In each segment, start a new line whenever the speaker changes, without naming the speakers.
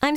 I'm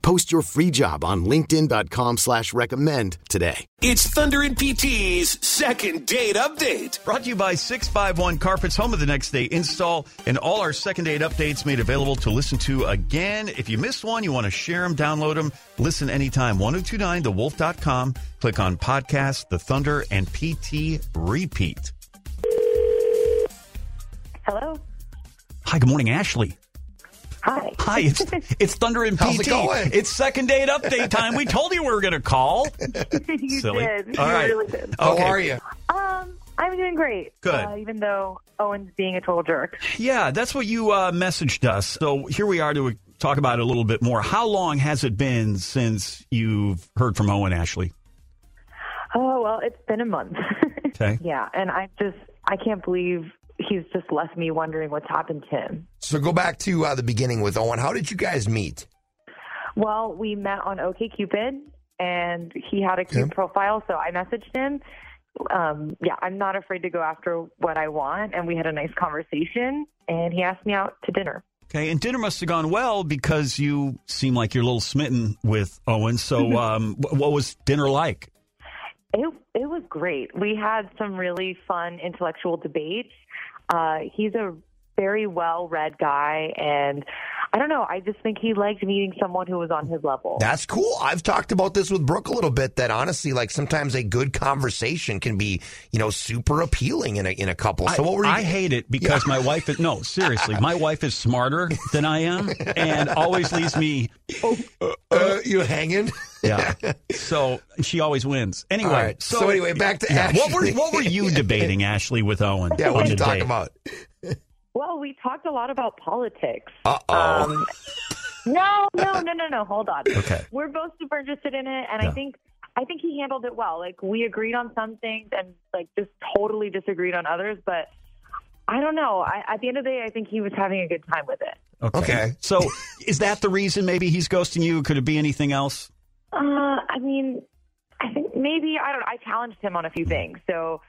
Post your free job on linkedin.com slash recommend today.
It's Thunder and PT's second date update.
Brought to you by 651 Carpets, home of the next day install, and all our second date updates made available to listen to again. If you missed one, you want to share them, download them, listen anytime. 1029thewolf.com. Click on podcast, the Thunder, and PT repeat.
Hello.
Hi, good morning, Ashley.
Hi.
Hi, it's it's Thunder and PT.
How's it going?
It's second date update time. We told you we were going to call.
you
Silly.
did.
All
you
right.
really did.
How
Okay.
are you?
Um, I'm doing great.
Good.
Uh, even though Owen's being a total jerk.
Yeah, that's what you uh, messaged us. So here we are to talk about it a little bit more. How long has it been since you've heard from Owen Ashley?
Oh well, it's been a month.
Okay.
yeah, and I just I can't believe he's just left me wondering what's happened to him.
So go back to uh, the beginning with Owen. How did you guys meet?
Well, we met on OKCupid, and he had a cute
Yeah.
profile, so I messaged him. Um, yeah, I'm not afraid to go after what I want, and we had a nice conversation, and he asked me out to dinner.
Okay, and dinner must have gone well because you seem like you're a little smitten with Owen. So, um, wh- what was dinner like?
It, it was great. We had some really fun intellectual debates. Uh, he's a very well read guy, and I don't know. I just think he liked meeting someone who was on his level.
That's cool. I've talked about this with Brooke a little bit. That honestly, like sometimes a good conversation can be, you know, super appealing in a in a couple. So
I,
what were you?
I hate it because my wife is no, seriously, my wife is smarter than I am and always leaves me.
uh, you hanging?
Yeah, so she always wins. Anyway,
All right. So, anyway, back to
Yeah,
Ashley.
what were what were you debating, Ashley, with Owen?
Yeah, what
on
are you
the
talking
date?
about?
Well, we talked a lot about politics. Um,
Uh oh.
No, no, no, no, no. Hold on.
Okay.
We're both super interested in it, and
Yeah.
I think I think he handled it well. Like we agreed on some things, and like just totally disagreed on others. But I don't know. I, at the end of the day, I think he was having a good time with it.
Okay.
Okay.
So is that the reason maybe he's ghosting you? Could it be anything else?
Uh, I mean, I think maybe I don't. know. I challenged him on a few things, so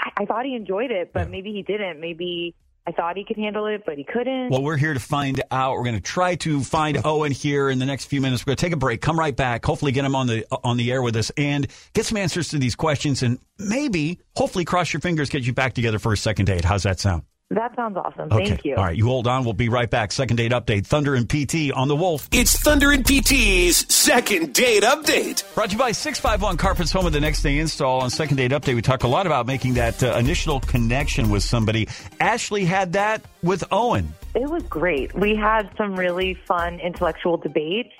I, I thought he enjoyed it, but maybe he didn't. Maybe I thought he could handle it, but he couldn't.
Well, we're here to find out. We're going to try to find Owen here in the next few minutes. We're going to take a break, come right back, hopefully get him on the on the air with us and get some answers to these questions and maybe hopefully cross your fingers get you back together for a second date. How's that sound?
that sounds awesome. Thank you.
All right, you hold on. We'll be right back. Second date update. Thunder and PT on the Wolf.
It's Thunder and PT's second date update.
Brought to you by 651 Carpets Home of the Next Day Install. On Second Date Update, we talk a lot about making that uh, initial connection with somebody. Ashley had that with Owen.
It was great. We had some really fun intellectual debates.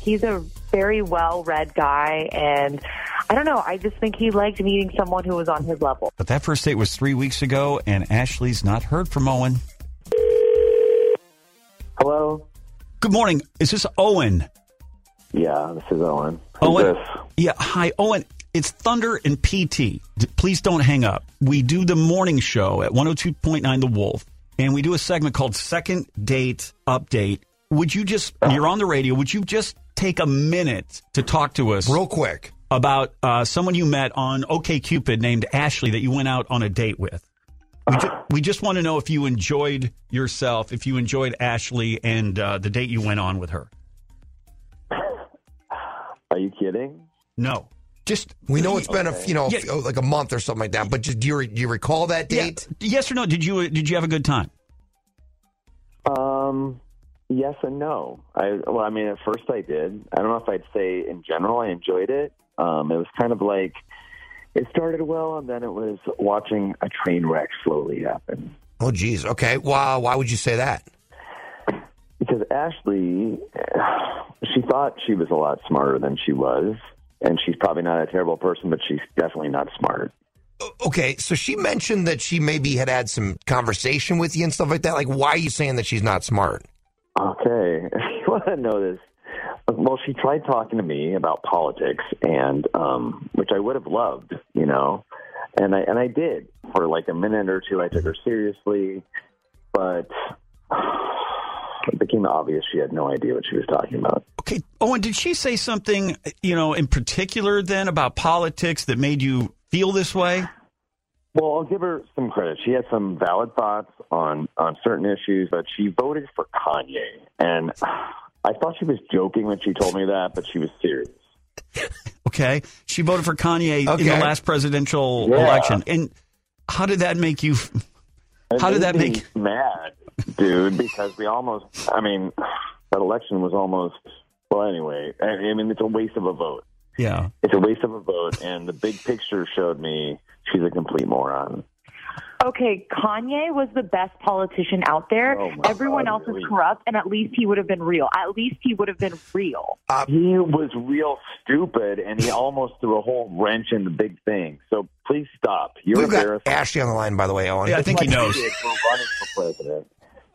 He's a very well read guy, and I don't know. I just think he liked meeting someone who was on his level.
But that first date was three weeks ago, and Ashley's not heard from Owen.
Hello.
Good morning. Is this Owen?
Yeah, this is Owen. Who's
Owen.
this?
Yeah, hi, Owen. It's Thunder and PT. D- please don't hang up. We do the morning show at 102.9 The Wolf, and we do a segment called Second Date Update. Would you just, you're on the radio, would you just take a minute to talk to us
Real quick.
about uh, someone you met on OKCupid named Ashley that you went out on a date with? We, ju- we just want to know if you enjoyed yourself, if you enjoyed Ashley and uh, the date you went on with her.
Are you kidding?
No.
Just we know it's been a you know
Yeah.
f- like a month or something like that. But just do you, re- do you recall that date?
Yeah. Yes or no? Did you did you have a good time?
Um, yes and no. I well, I mean, at first I did. I don't know if I'd say in general I enjoyed it. Um, it was kind of like it started well, and then it was watching a train wreck slowly happen.
Oh, geez. Okay. Wow. Why would you say that?
Because Ashley, she thought she was a lot smarter than she was, and she's probably not a terrible person, but she's definitely not smart.
Okay. So she mentioned that she maybe had had some conversation with you and stuff like that. Like, why are you saying that she's not smart?
Okay, if you want to know this, Well, she tried talking to me about politics, and um, which I would have loved, you know, and I and I did for like a minute or two. I took her seriously, but it became obvious she had no idea what she was talking about.
Okay, Owen, did she say something, you know, in particular then about politics that made you feel this way?
Well, I'll give her some credit. She had some valid thoughts on on certain issues, but she voted for Kanye, and I thought she was joking when she told me that, but she was serious.
Okay, she voted for Kanye
Okay.
in the last presidential
Yeah.
election, and how did that make you? f-
It
How did
made
that
me
make-
mad, dude? Because we almost—I mean, that election was almost. Well, anyway, I, I mean, it's a waste of a vote.
Yeah,
It's a waste of a vote, and the big picture showed me she's a complete moron.
Okay, Kanye was the best politician out there.
Oh my
Everyone
God,
else
really?
is corrupt, and at least he would have been real. At least he would have been real.
Uh,
He was real stupid, and he almost threw a whole wrench in the big thing. So please stop. You're
We've got
embarrassing.
Ashley on the line, by the way, Owen.
yeah, I think he knows.
idiot for running for president.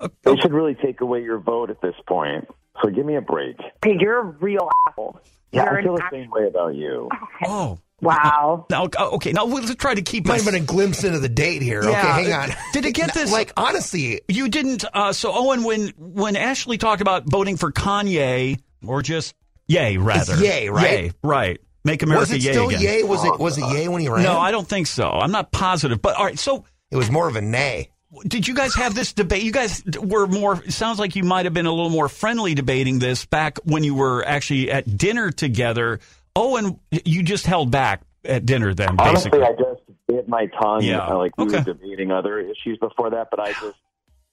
Uh,
They should really take away your vote at this point. So give me a break.
Okay, you're a real asshole.
Yeah,
you're
I feel
an
the
act-
same way about you.
Oh,
wow.
now uh, okay, now let's try to keep
Might
us.
have been a glimpse into the date here.
Yeah.
Okay, hang on.
Did it get this-
Like, honestly,
You didn't. Uh, so Owen, when when Ashley talked about voting for Kanye or just Yay rather,
It's Ye, right?
Ye, right? Make America
was it
Yay
still
again.
yay? Was it was it yay when he ran?
Uh, No, I don't think so. I'm not positive. But all right, so
it was more of a nay.
did you guys have this debate? You guys were more. It sounds like you might have been a little more friendly debating this back when you were actually at dinner together. Owen, you just held back at dinner then, basically.
Honestly, I just bit my tongue.
Yeah.
Uh, Like we
Okay.
were debating other issues before that, but I just,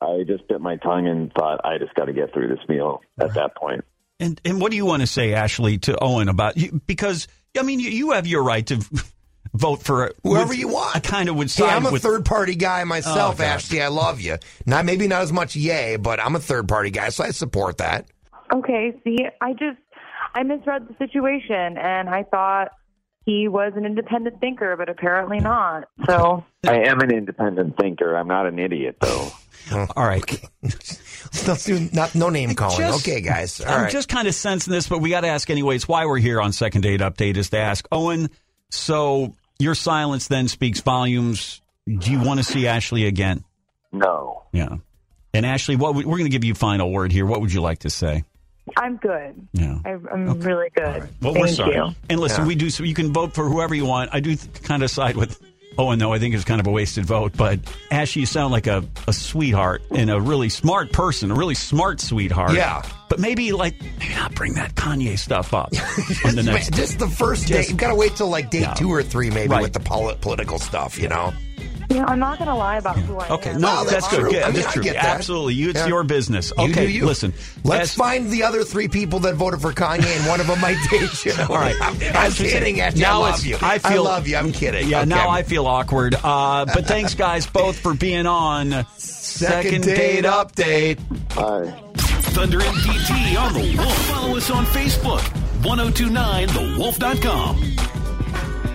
I just bit my tongue and thought I just got to get through this meal at that point.
And and what do you want to say, Ashley, to Owen about you? Because I mean, you, you have your right to vote for
Whoever
with-
you want.
I kind of would
Hey,
side
I'm a
with
third party guy
Oh,
myself,
God.
Ashley. I love you. Not maybe not as much yay, but I'm a third party guy, so I support that.
Okay, see, I just I misread the situation, and I thought he was an independent thinker, but apparently not. So
I am an independent thinker. I'm not an idiot, though.
All right,
Let's do not no name calling.
Just-
okay, guys. All
I'm
right.
just kind of sensing this, but we got to ask anyways. Why we're here on Second Date Update is to ask Owen. So your silence then speaks volumes. Do you want to see Ashley again?
No,
Yeah. And Ashley, what would, we're going to give you final word here. What would you like to say?
I'm good.
Yeah.
I, I'm really good.
Well,
Thank
we're sorry.
you.
And listen, we do. So you can vote for whoever you want. I do th- kind of side with Owen, though. I think it's kind of a wasted vote. But Ashley, you sound like a, a sweetheart and a really smart person, a really smart sweetheart.
Yeah.
But maybe like maybe not bring that Kanye stuff up on the next.
just the first date. You've got to wait till like date two or three, maybe,
Right.
with the poli- political stuff. You know,
Yeah, I'm not going to lie about who I
Okay,
am.
no,
Well,
that's,
that's
good.
true.
Yeah,
I mean,
that's
I
true.
get that.
Absolutely, you, it's
Yeah.
your business.
You
Okay,
do you.
listen.
Let's
As-
find the other three people that voted for Kanye, and one of them might date you. All
right.
I'm, I'm
Ashley said-
kidding. Ashley,
Now
I
it's-
love you.
I feel-
love you. I'm kidding.
Yeah,
Okay.
now I feel awkward. Uh, but thanks, guys, both for being on
second date update.
I.
Thunder and DT on the Wolf. Follow us on Facebook, 1029thewolf.com.